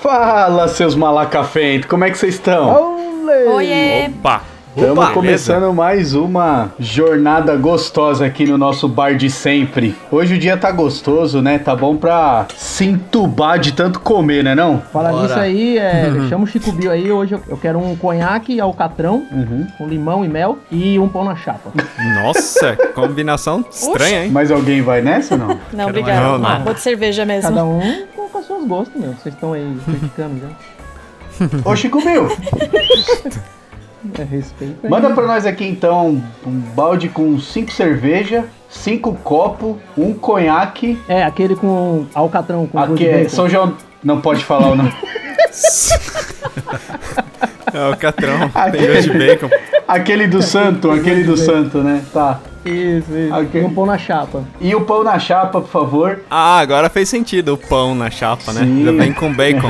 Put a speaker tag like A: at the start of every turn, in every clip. A: Fala, seus malacafentos, como é que vocês estão?
B: Olê!
C: Oiê!
D: Opa!
A: Estamos
D: Opa,
A: começando mais uma jornada gostosa aqui no nosso bar de sempre. Hoje o dia tá gostoso, né? Tá bom pra se entubar de tanto comer, né não?
B: Fala
D: Bora.
B: nisso aí, é, chama o Chico Bio aí. Hoje eu, eu quero um conhaque, alcatrão, com limão e mel e um pão na chapa.
D: Nossa, combinação estranha, hein?
A: Mas alguém vai nessa ou não?
C: Não,
D: Quero
C: obrigado.
D: mais não,
C: Ah,
D: não.
C: Vou de cerveja mesmo.
B: Cada um com, com os seus gostos, meu. Vocês estão aí criticando já.
A: Ô Chico Mil,
B: É, respeito aí.
A: manda pra nós aqui então um balde com cinco cerveja, cinco copo, um conhaque.
B: É, aquele com alcatrão,
D: Um
B: com gosto
A: Aqui
B: de
A: é
B: bacon.
A: São João... Não pode falar o nome.
D: É o Catrão,
A: Aquele-
D: tem gosto de bacon.
A: Aquele do santo, aquele do santo, né? Tá.
B: Isso, isso.
A: Aquele.
B: E um pão na chapa.
A: E o pão na chapa, por favor.
D: Ah, agora fez sentido o pão na chapa, né?
A: Sim.
D: Ainda bem com bacon.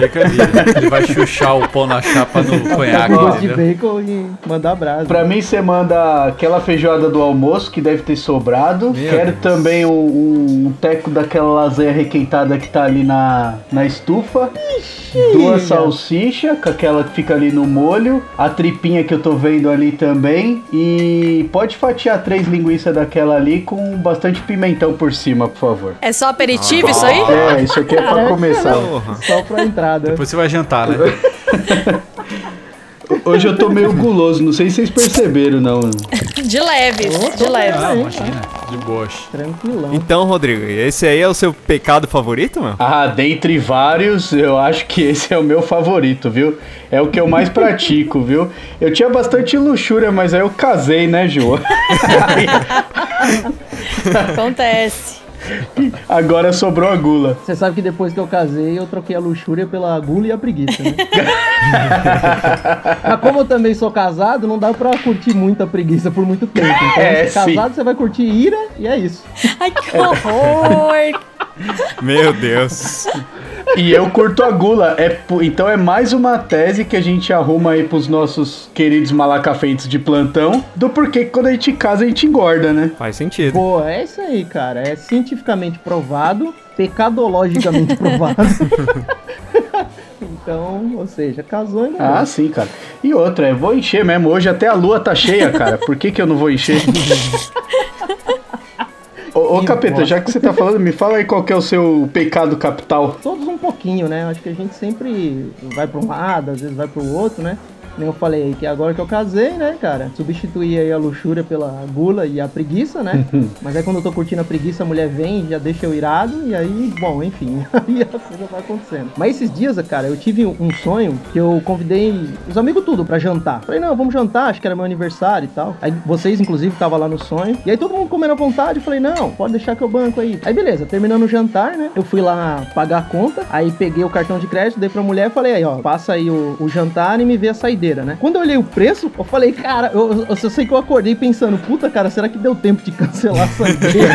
E: Ele vai chuchar o pão na chapa no
B: Tá
E: conhaque,
B: com gosto de
E: entendeu?
B: bacon e mandar brasa.
A: Pra mim, você manda aquela feijoada do almoço que deve ter sobrado. Quero
D: Deus.
A: também um, um- um teco daquela lasanha requentada que tá ali na, na estufa. Duas salsichas, com aquela que fica ali no molho. A tripinha que eu tô vendo ali também. E pode fatiar três linguiças daquela ali com bastante pimentão por cima, por favor.
C: É só aperitivo isso aí?
A: É, isso aqui é pra
B: Caraca,
A: começar.
D: Porra.
B: Só pra entrada.
E: Depois você vai jantar, né?
A: Hoje eu tô meio guloso, não sei se vocês perceberam, não.
C: De leves, de leves.
E: Ah, imagina. De boas.
B: Tranquilão.
D: Então, Rodrigo, esse aí é o seu pecado favorito, meu?
A: Ah, dentre vários, eu acho que esse é o meu favorito, viu? É o que eu mais pratico, viu? Eu tinha bastante luxúria, mas aí eu casei, né, Ju?
C: Acontece.
A: Agora sobrou a gula.
B: Você sabe que depois que eu casei, eu troquei a luxúria pela gula e a preguiça, né? Mas como eu também sou casado, não dá pra curtir muita preguiça por muito tempo. Então,
A: É,
B: se casado, você vai curtir ira e é isso.
C: Ai, que horror!
D: Meu Deus.
A: E eu curto a gula. É, po- então é mais uma tese que a gente arruma aí pros nossos queridos malacafentes de plantão do porquê que quando a gente casa a gente engorda, né?
D: Faz sentido.
B: Pô, é isso aí, cara. É cientificamente provado, pecadologicamente provado. então, ou seja, casou e não.
A: Ah, sim, cara. E outra, eu vou encher mesmo. Hoje até a lua tá cheia, cara. Por que, que eu não vou encher? ô, ô,
B: Que
A: capeta,
B: bosta.
A: já que você tá falando, me fala aí qual que é o seu pecado capital.
B: todos um pouquinho, né? Acho que a gente sempre vai para um lado, às vezes vai para o outro, né? Nem eu falei aí que agora que eu casei, né, cara? Substituí aí a luxúria pela gula e a preguiça, né? Mas aí quando eu tô curtindo a preguiça, a mulher vem, já deixa eu irado, e aí, bom, enfim, aí a coisa vai acontecendo. Mas esses dias, cara, eu tive um sonho que eu convidei os amigos tudo pra jantar. Falei, não, vamos jantar, acho que era meu aniversário e tal. Aí vocês, inclusive, estavam lá no sonho. E aí todo mundo comendo à vontade, eu falei, não, pode deixar que eu banco aí. Aí beleza, terminando o jantar, né? Eu fui lá pagar a conta, aí peguei o cartão de crédito, dei pra mulher e falei, aí, ó, passa aí o, o jantar e me vê a saideira, né? Quando eu olhei o preço, eu falei, cara, eu, eu, eu só sei que eu acordei pensando, puta, cara, será que deu tempo de cancelar a saideira?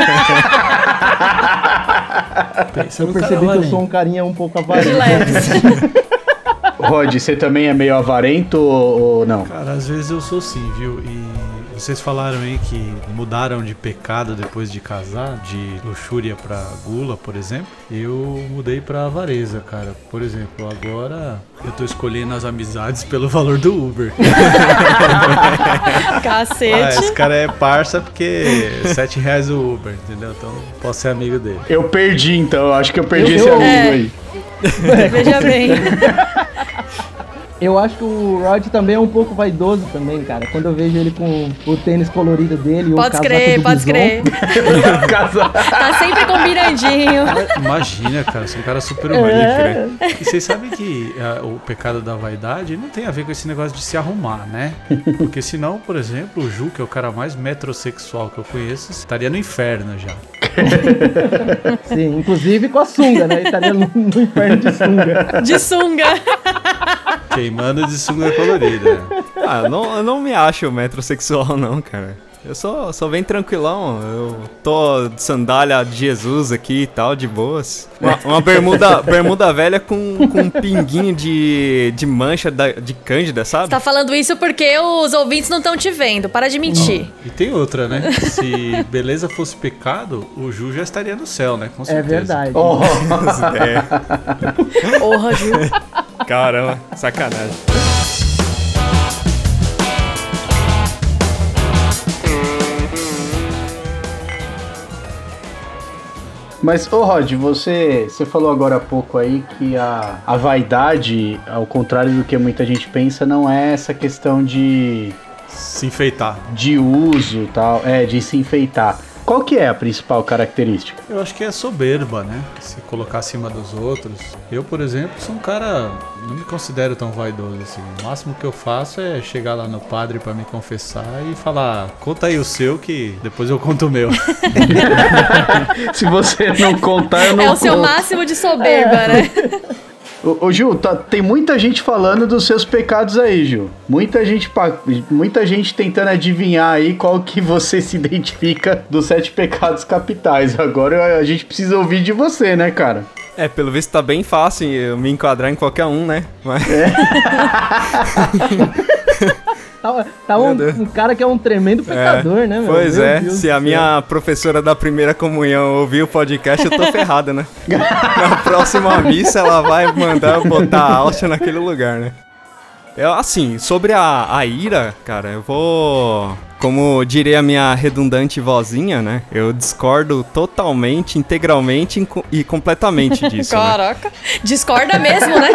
B: eu percebi que eu sou um carinha um pouco
C: De
B: avarento.
C: leves.
A: Rod, você também é meio avarento ou, ou não?
E: Cara, às vezes eu sou sim, viu? E vocês falaram aí que mudaram de pecado depois de casar, de luxúria pra gula, por exemplo. Eu mudei pra avareza, cara. Por exemplo, agora eu tô escolhendo as amizades pelo valor do Uber. Ah,
C: Cacete.
E: esse cara é parça porque R$ 7 reais o Uber, entendeu? Então posso ser amigo dele.
A: Eu perdi, então. Eu acho que eu perdi esse
B: Eu-
A: amigo
C: É.
A: aí. é.
C: Veja bem.
A: Um
B: Eu acho que o Rod também é um pouco vaidoso também, cara. Quando eu vejo ele com o tênis colorido dele, e o
C: Pode
B: casaco
C: crer,
B: do
C: pode
B: bison,
C: crer.
A: Um
C: Tá sempre combinandinho.
E: Imagina, cara, você é um cara super
B: É.
E: humanista, né? E vocês sabem que ah, o pecado da vaidade não tem a ver com esse negócio de se arrumar, né? Porque senão, por exemplo, o Ju, que é o cara mais metrosexual que eu conheço, estaria no inferno já.
B: Sim, inclusive com a sunga, né? Ele estaria no, no inferno de sunga.
C: De sunga.
E: Queimando de sunga colorida.
D: Ah, eu não, eu não me acho metrosexual, não, cara. Eu só, só venho tranquilão. Eu tô de sandália de Jesus aqui e tal, de boas. Uma, uma bermuda, bermuda velha com, com um pinguinho de, de mancha da- de cândida, sabe?
C: Tá falando isso porque os ouvintes não estão te vendo. Para de mentir.
E: E tem outra, né? Se beleza fosse pecado, o Ju já
D: Oh.
E: estaria no céu, né? Com
B: É
E: certeza.
B: verdade.
A: Oh,
D: É.
C: Porra, Ju.
D: Caramba, sacanagem.
A: Mas, ô Rod, você, você falou agora há pouco aí que a, a vaidade, ao contrário do que muita gente pensa, não é essa questão de,
E: Se enfeitar.
A: de uso e tal, é, de se enfeitar. Qual que é a principal característica?
E: Eu acho que é soberba, né? Se colocar acima dos outros. Eu, por exemplo, sou um cara. Não me considero tão vaidoso assim. O máximo que eu faço é chegar lá no padre pra me confessar e falar: conta aí o seu que depois eu conto o meu.
A: Se você não contar, eu não É.
C: É o seu
A: conto.
C: máximo de soberba, né?
A: Ô, ô, Gil, tá- tem muita gente falando dos seus pecados aí, Gil. Muita gente, pa- muita gente tentando adivinhar aí qual que você se identifica dos sete pecados capitais. Agora a gente precisa ouvir de você, né, cara?
D: É, pelo visto tá bem fácil eu me enquadrar em qualquer um, né? Mas
B: Tá, tá um,
D: Deus.
B: um cara que é um tremendo pecador, né, meu?
D: Pois
B: Meu
D: é,
B: Deus
D: se
B: do
D: a
B: céu.
D: minha professora da primeira comunhão ouvir o podcast, eu tô ferrado, né? Na próxima missa ela vai mandar eu botar a alça naquele lugar, né? Eu, assim, sobre a, a ira, cara, eu vou. Como diria a minha redundante vozinha, né? Eu discordo totalmente, integralmente inco- e completamente disso. né?
C: Caraca. Discorda mesmo, né?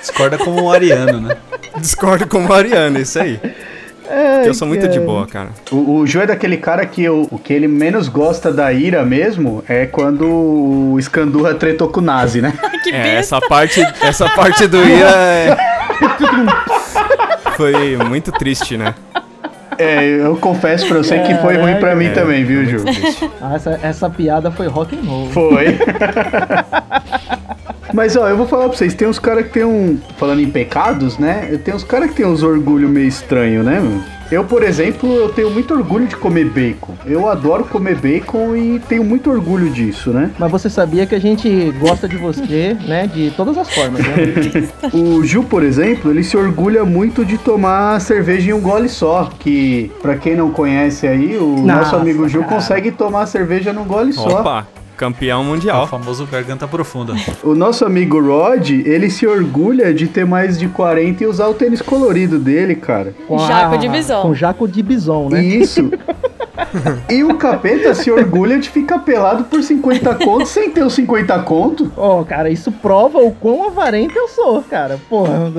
E: Discorda como um ariano, né?
D: Discordo com o Ariano, isso aí. Porque eu sou muito de boa, cara.
A: O, o Gil é daquele cara que o, o que ele menos gosta da ira mesmo é quando o Escandurra tretou com o Nazi, né?
C: Que
D: É,
C: besta.
D: essa parte, essa parte do Ira é... foi muito triste, né?
A: É, eu confesso pra você que foi ruim pra mim
D: É,
A: também, viu,
D: muito
A: Gil?
D: triste.
B: Ah, essa, essa piada foi rock and roll.
A: Foi. Mas ó, eu vou falar pra vocês, tem uns caras que tem um. Falando em pecados, né? Tem uns caras que tem uns orgulho meio estranho, né, meu? Eu, por exemplo, eu tenho muito orgulho de comer bacon. Eu adoro comer bacon e tenho muito orgulho disso, né?
B: Mas você sabia que a gente gosta de você, né? De todas as formas, né?
A: O Gil, por exemplo, ele se orgulha muito de tomar cerveja em um gole só. Que, pra quem não conhece aí, o nosso
B: Nossa,
A: amigo Gil
B: cara.
A: consegue tomar cerveja num gole só.
D: Opa, campeão
E: É o
D: mundial.
E: famoso garganta profunda.
A: O nosso amigo Rod, ele se orgulha de ter mais de 40 e usar o tênis colorido dele, cara.
C: Jaco de bison.
B: Com jaco de bison, né?
A: E isso. e o capeta se orgulha de ficar pelado por 50 conto sem ter os 50 conto.
B: Ó, cara, isso prova o quão avarento eu sou, cara. Porra.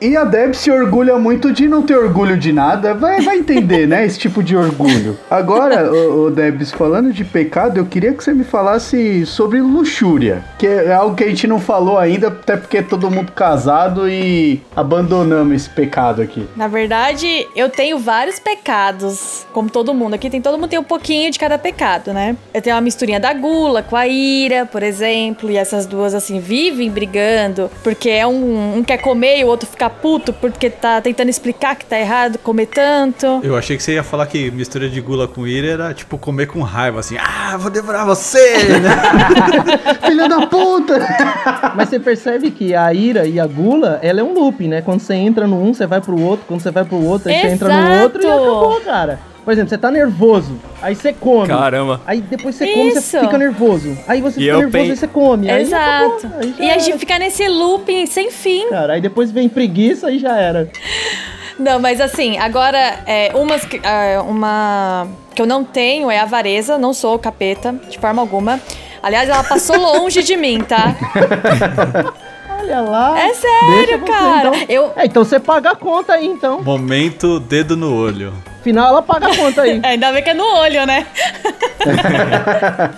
A: E a Deb se orgulha muito de não ter orgulho de nada. Vai, vai entender, né? Esse tipo de orgulho. Agora, ô, ô Debs, falando de pecado, eu queria que você me falasse sobre luxúria. Que é algo que a gente não falou ainda, até porque é todo mundo casado e abandonamos esse pecado aqui.
C: Na verdade, eu tenho vários pecados, como todo mundo. Aqui tem todo mundo tem um pouquinho de cada pecado, né? Eu tenho uma misturinha da gula com a ira, por exemplo, e essas duas assim vivem brigando, porque é um, um quer comer e o outro fica puto porque tá tentando explicar que tá errado comer tanto.
E: Eu achei que você ia falar que mistura de gula com ira era tipo comer com raiva, assim, ah, vou devorar você, né?
A: Filha da puta!
B: Mas você percebe que a ira e a gula, ela é um loop, né? Quando você entra no um, você vai pro outro. Quando você vai pro outro, aí você entra no
C: Exato.
B: outro e acabou, cara. Por exemplo, você tá nervoso, aí você come.
D: Caramba.
B: Aí depois você come, você
C: Isso.
B: fica nervoso. Aí você
D: E
B: fica
D: eu
B: nervoso,
D: pen-
B: aí você come. Aí
C: Exato.
B: acabou, aí já
C: e é a
B: era,
C: gente fica nesse looping sem fim.
B: Cara, aí depois vem preguiça e já era.
C: Não, mas assim, agora, é, umas que- ah, uma que eu não tenho é avareza, não sou capeta, de forma alguma. Aliás, ela passou longe de mim, tá?
B: Olha lá.
C: É sério,
B: deixa você,
C: cara.
B: então.
C: Eu.
B: É, então você paga a conta aí, então.
E: Momento dedo no olho.
B: Afinal, ela paga a conta aí.
C: É, ainda bem que é no olho, né?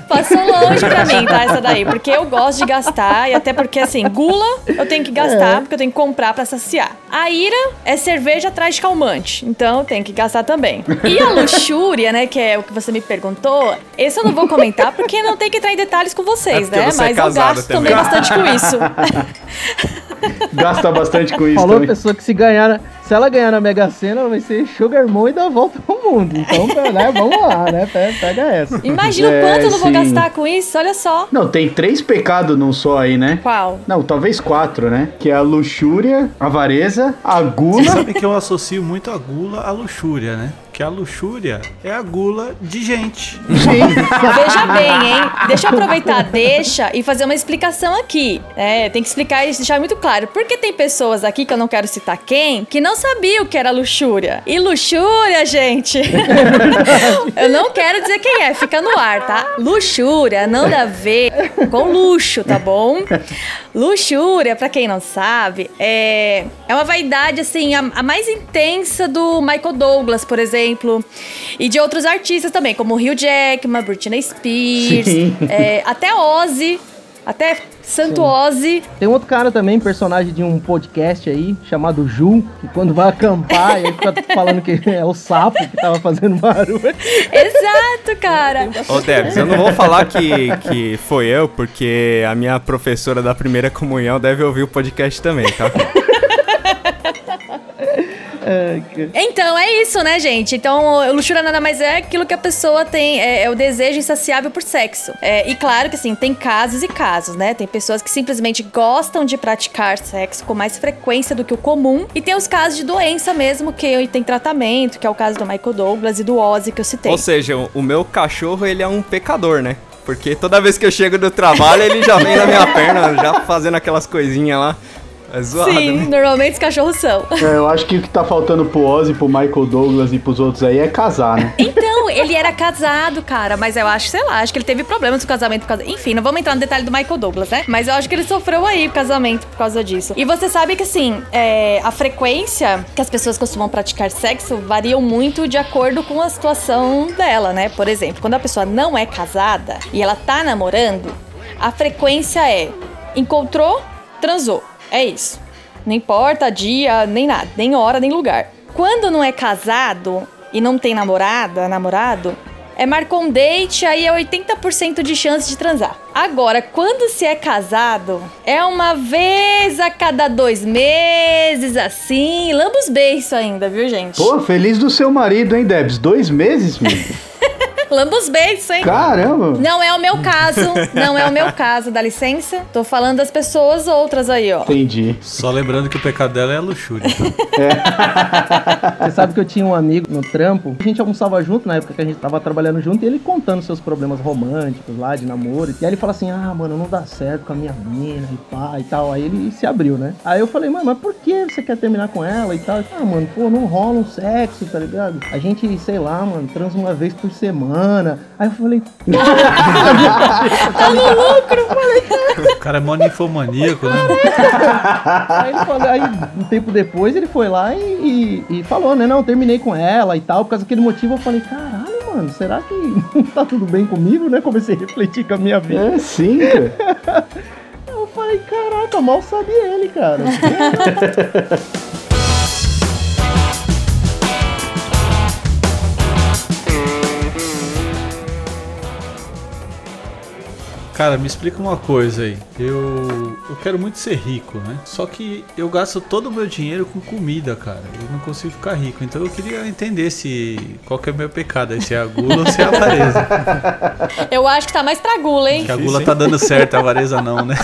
C: Passou longe pra mim, tá? Essa daí. Porque eu gosto de gastar, e até porque, assim, gula eu tenho que
A: É.
C: gastar, porque eu tenho que comprar pra saciar. A ira é cerveja atrás de calmante, então eu tenho que gastar também. E a luxúria, né, que é o que você me perguntou, esse eu não vou comentar, porque não tem que entrar em detalhes com vocês,
D: É porque
C: né?
D: você é
C: Mas eu
D: casado
C: gasto
D: também.
C: também bastante com isso.
A: Gasta bastante com isso
B: Falou a
A: também.
B: pessoa que se ganhar, na- se ela ganhar na Mega Sena, ela vai ser Sugar Mom e dá a volta ao mundo. Então, né, vamos lá, né? Pe- Pega essa.
C: Imagina
A: É,
C: o quanto eu não vou
A: sim.
C: gastar com isso, olha só.
A: Não, tem três pecados num só aí, né?
C: Qual?
A: Não, talvez quatro, né? Que é a luxúria, a avareza, a
E: Vocês
A: gula.
E: sabem que eu associo muito a gula à luxúria, né? que a luxúria é a gula de gente.
C: Veja bem, hein? Deixa eu aproveitar, deixa e fazer uma explicação aqui. É, tem que explicar e deixar muito claro. Porque tem pessoas aqui, que eu não quero citar quem, que não sabia o que era luxúria. E luxúria, gente. eu não quero dizer quem é, fica no ar, tá? Luxúria não dá a ver com luxo, tá bom? Luxúria, pra quem não sabe, é, é uma vaidade, assim, a, a mais intensa do Michael Douglas, por exemplo. E de outros artistas também, como Hugh Jackman, Britney Spears,
A: Sim.
C: é, até Ozzy, até Santo Ozzy.
B: Tem outro cara também, personagem de um podcast aí, chamado Ju, que quando vai acampar, ele fica falando que é o sapo que tava fazendo barulho.
C: Exato, cara.
D: Ô, Debs, eu não vou falar que, que foi eu, porque a minha professora da primeira comunhão deve ouvir o podcast também, tá?
B: É, que-
C: Então é isso, né, gente? Então, luxúria nada mais é aquilo que a pessoa tem, é, é o desejo insaciável por sexo. É, e claro que, assim, tem casos e casos, né? Tem pessoas que simplesmente gostam de praticar sexo com mais frequência do que o comum. E tem os casos de doença mesmo, que tem tratamento, que é o caso do Michael Douglas e do Ozzy que eu citei.
D: Ou seja, o- o meu cachorro, ele é um pecador, né? Porque toda vez que eu chego do trabalho, ele já vem na minha perna, já fazendo aquelas coisinhas lá. É zoado,
C: Sim,
D: né?
C: normalmente os cachorros são.
A: É, eu acho que o que tá faltando pro Ozzy, pro Michael Douglas e pros outros aí é casar, né?
C: Então, ele era casado, cara, mas eu acho, sei lá, acho que ele teve problemas no casamento por causa. Enfim, não vamos entrar no detalhe do Michael Douglas, né? Mas eu acho que ele sofreu aí o casamento por causa disso. E você sabe que, assim, é, a frequência que as pessoas costumam praticar sexo variam muito de acordo com a situação dela, né? Por exemplo, quando a pessoa não é casada e ela tá namorando, a frequência é encontrou, transou. É isso. Não importa dia, nem nada, nem hora, nem lugar. Quando não é casado e não tem namorada, namorado, é marcou um date, aí é 80% de chance de transar. Agora, quando se é casado, é uma vez a cada dois meses, assim. Lambos beiços ainda, viu, gente?
A: Pô, feliz do seu marido, hein, Debs? Dois meses, mano?
C: Lambos beiços, hein?
A: Caramba!
C: Não é o meu caso, não é o meu caso, dá licença. Tô falando das pessoas outras aí, ó.
A: Entendi.
E: Só lembrando que o pecado dela é a luxúria.
B: Você sabe que eu tinha um amigo no trampo, a gente almoçava junto na época que a gente tava trabalhando junto, e ele contando seus problemas românticos lá, de namoro. E aí ele fala assim: ah, mano, não dá certo com a minha mina e pá e tal. Aí ele se abriu, né? Aí eu falei, mano, mas por que você quer terminar com ela e tal? Ele, ah, mano, pô, não rola um sexo, tá ligado? A gente, sei lá, mano, transa uma vez por semana. Aí eu falei,
E: O cara é mó ninfomaníaco, né?
B: Aí, ele falou- aí, um tempo depois ele foi lá e, e- e falou, né? Não, terminei com ela e tal. Por causa daquele motivo eu falei, caralho, mano, será que não tá tudo bem comigo, né? Comecei a refletir com a minha vida.
A: É sim, cara.
B: Eu falei, caraca, mal sabe ele, cara.
E: Cara, me explica uma coisa aí. Eu, eu quero muito ser rico, né? Só que eu gasto todo o meu dinheiro com comida, cara. Eu não consigo ficar rico. Então eu queria entender se qual que é o meu pecado, aí, se é a gula ou se é a avareza.
C: Eu acho que tá mais pra gula, hein?
E: Que a gula tá dando certo, a avareza não, né?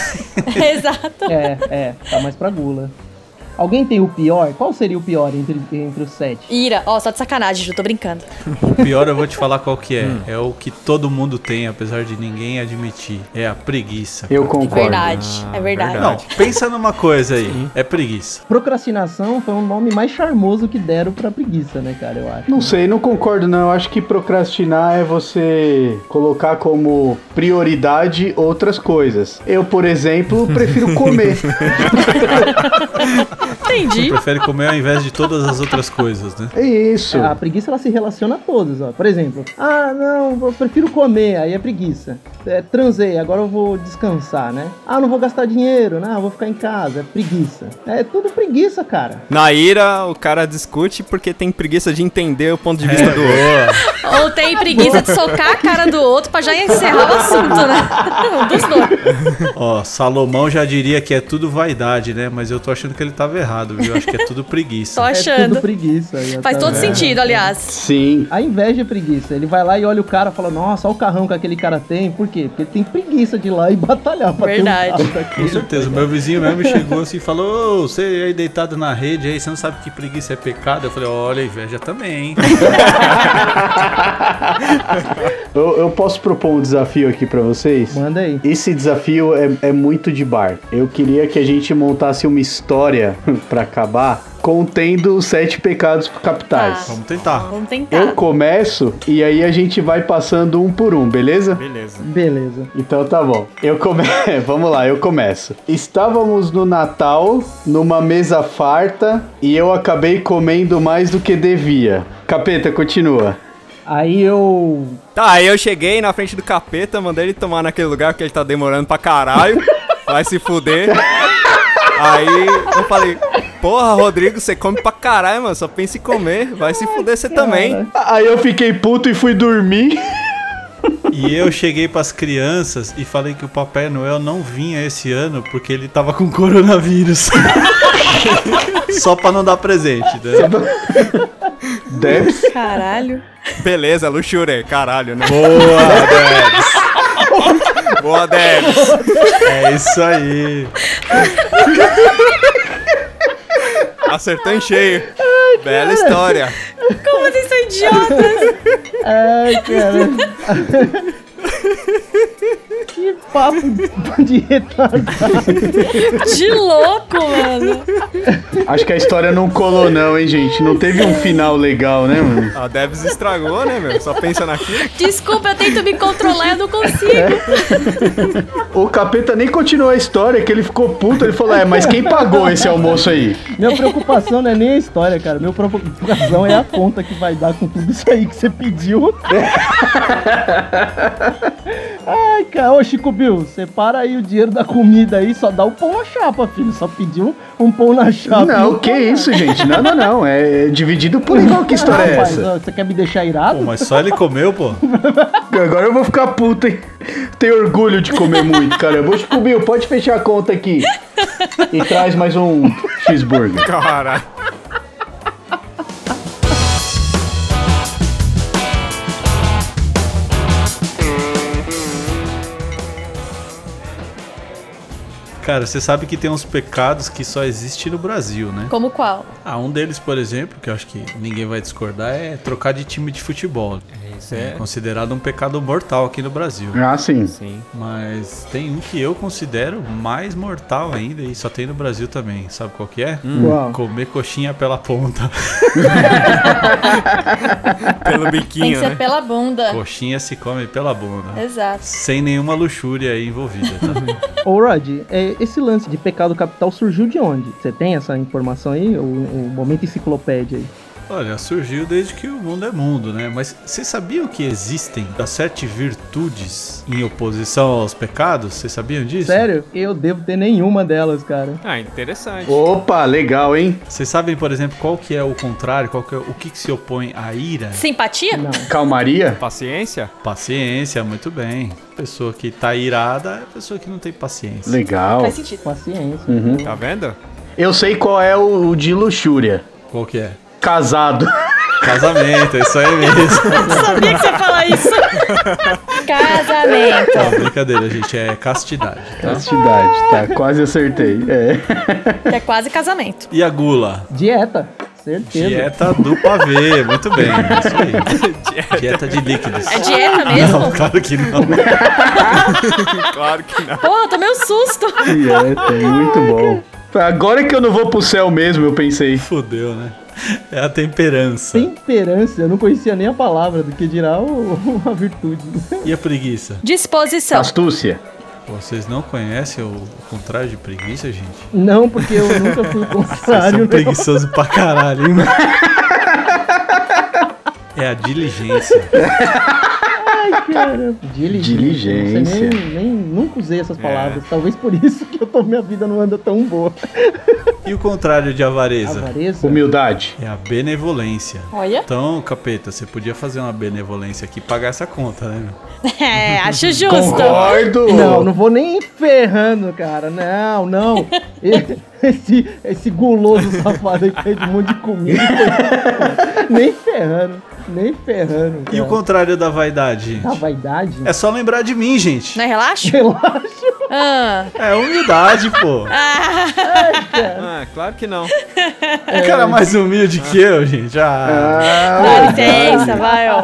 C: Exato.
B: é, é, tá mais pra gula. Alguém tem o pior? Qual seria o pior entre, entre os sete?
C: Ira, ó, só de sacanagem, Ju, tô brincando.
E: O pior eu vou te falar qual que é. É o que todo mundo tem, apesar de ninguém admitir. É a preguiça.
A: Eu concordo.
C: Verdade, é verdade.
E: Não, pensa numa coisa aí. É preguiça.
B: Procrastinação foi um nome mais charmoso que deram pra preguiça, né, cara? Eu acho.
A: Não sei, não concordo não. Eu acho que procrastinar é você colocar como prioridade outras coisas. Eu, por exemplo, prefiro comer.
C: Entendi.
E: Prefere comer ao invés de todas as outras coisas, né?
A: É isso.
B: A preguiça ela se relaciona a todas, ó. Por exemplo, ah, não, eu prefiro comer, aí é preguiça. É, transei, agora eu vou descansar, né? Ah, não vou gastar dinheiro, né? Eu vou ficar em casa, é preguiça. É tudo preguiça, cara.
D: Na ira, o cara discute porque tem preguiça de entender o ponto de vista do outro.
C: Ou tem preguiça de socar a cara do outro pra já encerrar o assunto, né? Um dos dois.
E: Ó, Salomão já diria que é tudo vaidade, né? Mas eu tô achando que ele tava errado, viu? Acho que é tudo
C: Tô
E: preguiça.
B: É tudo
C: achando.
B: preguiça. aí, ó,
C: Faz
B: tá
C: todo
B: vendo?
C: sentido, aliás.
A: Sim.
B: A inveja é preguiça. Ele vai lá e olha o cara e fala, nossa, olha o carrão que aquele cara tem. Por quê? Porque ele tem preguiça de ir lá e batalhar pra
C: Verdade.
B: ter um carro
E: Com
B: daquele.
E: certeza, meu vizinho mesmo chegou assim e falou: Ô, você aí deitado na rede aí, você não sabe que preguiça é pecado? Eu falei: Olha, inveja também. hein?"
A: Eu, eu posso propor um desafio aqui pra vocês?
B: Manda aí.
A: Esse desafio é, é muito de bar. Eu queria que a gente montasse uma história pra acabar contendo os sete pecados capitais.
C: Tá.
E: Vamos tentar.
C: Vamos
A: Eu
C: tentar.
A: começo e aí a gente vai passando um por um, beleza?
D: Beleza.
B: Beleza.
A: Então tá bom. Eu come... Vamos lá, eu começo. Estávamos no Natal, numa mesa farta, e eu acabei comendo mais do que devia. Capeta, continua.
B: Aí eu.
D: Tá, aí eu cheguei na frente do capeta, mandei ele tomar naquele lugar porque ele tá demorando pra caralho. vai se fuder. Aí eu falei, porra, Rodrigo, você come pra caralho, mano. Só pensa em comer. Vai se fuder você também.
A: Aí eu fiquei puto e fui dormir.
E: E eu cheguei pras crianças e falei que o Papai Noel não vinha esse ano porque ele tava com coronavírus. Só pra não dar presente, né?
A: Deve ser.
C: Caralho.
D: Beleza, luxure, caralho, né?
E: Boa, Debs.
D: Boa, Debs.
E: É isso aí.
D: Acertou em cheio. Bela história.
C: Como vocês são idiotas?
B: Ai, cara. que papo de retardado.
C: De louco, mano.
A: Acho que a história não colou, não, hein, gente? Não teve um final legal, né, mano?
D: A Debs estragou, né, meu? Só pensa naquilo.
C: Desculpa, eu tento me controlar, eu não consigo.
A: O capeta nem continuou a história, que ele ficou puto. Ele falou: É, mas quem pagou esse almoço aí?
B: Minha preocupação não é nem a história, cara. Minha preocupação é a conta que vai dar com tudo isso aí que você pediu. Ai, cara, ô Chico Bill, separa aí o dinheiro da comida aí, só dá o pão na chapa, filho. Só pediu um pão na chapa.
A: Não, que isso, gente? Não, não, não. É dividido por igual. Que história é
B: Rapaz,
A: essa?
B: ó, Você quer me deixar irado?
E: Pô, mas só ele comeu, pô.
A: Agora eu vou ficar puto, hein? Tenho orgulho de comer muito, caramba. Ô, Chico Bill, tipo, pode fechar a conta aqui. E traz mais um cheeseburger.
D: Caralho.
E: Cara, você sabe que tem uns pecados que só existem no Brasil, né?
C: Como qual?
E: Ah, um deles, por exemplo, que eu acho que ninguém vai discordar, é trocar de time de futebol. É isso é. Considerado um pecado mortal aqui no Brasil.
A: Ah, sim.
E: Mas tem um que eu considero mais mortal ainda e só tem no Brasil também. Sabe qual que é?
B: Uau.
E: Comer coxinha pela ponta.
D: Pelo
C: Tem que
D: biquinho,
C: ser
D: né?
C: pela bunda.
E: coxinha se come pela bunda.
C: Exato.
E: Sem nenhuma luxúria aí envolvida, tá?
B: Ô, Rod, é, esse lance de pecado capital surgiu de onde? Você tem essa informação aí? O, o momento enciclopédia aí.
E: Olha, surgiu desde que o mundo é mundo, né? Mas vocês sabiam que existem as sete virtudes em oposição aos pecados? Vocês sabiam disso?
B: Sério? Eu devo ter nenhuma delas, cara.
D: Ah, interessante.
A: Opa, legal, hein?
E: Vocês sabem, por exemplo, qual que é o contrário, qual que é o que, que se opõe à ira?
C: Simpatia?
B: Não.
A: Calmaria?
D: Paciência?
E: Paciência, muito bem. Pessoa que tá irada é pessoa que não tem paciência.
A: Legal.
C: Faz sentido.
B: Paciência.
D: Tá vendo?
A: Eu sei qual é o o de luxúria.
E: Qual que é?
A: Casado.
E: Casamento, é isso aí mesmo.
C: Eu sabia que você ia falar isso. Casamento.
E: Não, brincadeira, gente, é castidade, tá?
A: Castidade, tá? Quase acertei. É.
C: Que é quase casamento.
E: E a gula?
B: Dieta. Certeza.
E: Dieta do pavê, muito bem, é isso aí. Dieta de líquidos. Ah,
C: É dieta mesmo?
E: Não, claro que não.
D: Claro que não.
C: Pô, eu tomei um susto.
A: Dieta, é, muito bom. Agora que eu não vou pro céu mesmo, eu pensei.
E: Fudeu, né? É a temperança.
B: Temperança, eu não conhecia nem a palavra do que dirá o, a virtude.
E: E a preguiça?
C: Disposição.
A: Astúcia.
E: Vocês não conhecem o o contrário de preguiça, gente?
B: Não, porque eu nunca fui o
E: Vocês
B: contrário.
E: são
B: né?
E: preguiçosos pra caralho, hein? mano? É a diligência.
B: Cara, diligência.
A: Diligência.
B: Não sei, Nem, nem- nunca usei essas
E: É.
B: palavras. Talvez por isso que eu tô, minha vida não anda tão boa.
E: E o contrário de avareza?
B: Avareza?
A: Humildade.
E: É a benevolência.
C: Olha.
E: Então, capeta, você podia fazer uma benevolência aqui e pagar essa conta, né? meu?
C: É, acho justo.
A: Concordo.
B: Não, não vou nem ferrando, cara. Não, não. E- esse, esse guloso safado aí que fez um monte de comida. nem ferrando, nem ferrando.
E: E
B: cara.
E: o contrário da vaidade,
B: Da
E: gente?
B: vaidade?
E: É só lembrar de mim, gente.
C: Não é relaxo?
B: Relaxa.
C: Ah.
E: É humildade, pô.
D: Ah, claro que não.
E: O Um cara mais humilde que eu, gente. Ah,
C: Dá licença, vai, ó.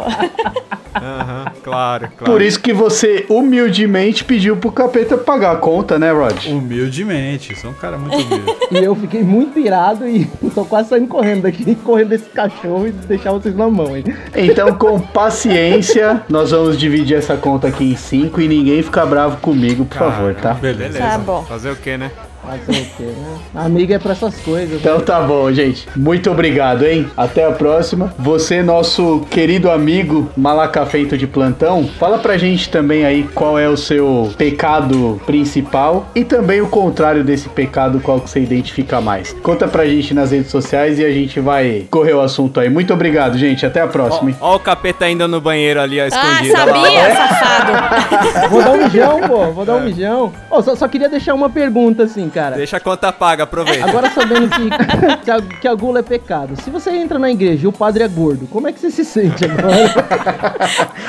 D: Aham, claro, claro.
A: Por isso que você humildemente pediu pro capeta pagar a conta, né, Rod?
E: humildemente. Sou um cara muito humilde.
B: E eu fiquei muito irado e tô quase saindo correndo daqui, correndo desse cachorro e deixar vocês na mão, hein?
A: Então, com paciência, nós vamos dividir essa conta aqui em cinco e ninguém fica bravo comigo, por favor, tá?
E: Beleza.
D: Beleza.
C: Tá bom.
D: Fazer o quê, né?
B: Fazer o quê, né? Amigo é pra essas coisas.
A: Então tá bom, gente. Muito obrigado, hein? Até a próxima. Você, nosso querido amigo malacafeito de plantão, fala pra gente também aí qual é o seu pecado principal e também o contrário desse pecado, qual que você identifica mais. Conta pra gente nas redes sociais e a gente vai correr o assunto aí. Muito obrigado, gente. Até a próxima. hein?
D: Ó, ó o capeta ainda no banheiro ali, ó,
C: Ah,
D: escondido. ó lá, ó.
C: sabia, safado?
B: Vou dar um mijão, pô. Vou dar um mijão. Ô, só, só queria deixar uma pergunta assim, cara.
D: Deixa a conta paga, aproveita.
B: Agora sabendo que, que, a, que a gula é pecado. Se você entra na igreja e o padre é gordo, como é que você se sente agora?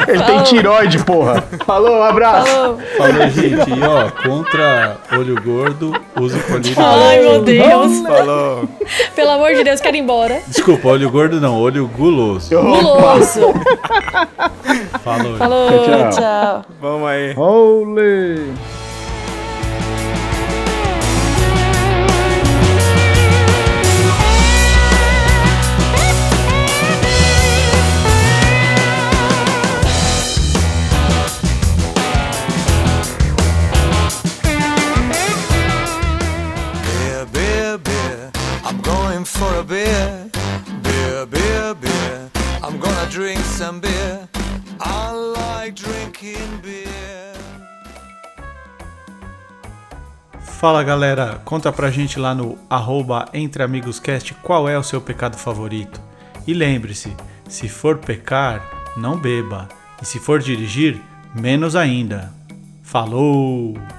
A: Ele tem tiroide, porra. Falou, um abraço.
C: Falou.
E: Falou, gente. E ó, contra olho gordo, uso colírio.
C: Ai, meu Deus.
D: Falou.
C: Pelo amor de Deus, quero ir embora.
E: Desculpa, olho gordo não, olho guloso.
C: Guloso.
E: Falou. gente.
C: Falou,
A: Tchau, tchau.
C: tchau.
D: Vamos aí.
B: Holy!
F: Beer, beer, beer, I'm going for a beer. Beer, beer, beer, I'm gonna drink some beer. I like drinking beer.
E: Fala galera, conta pra gente lá no arroba Entre Amigos Cast qual é o seu pecado favorito. E lembre-se, se for pecar, não beba. E se for dirigir, menos ainda. Falou!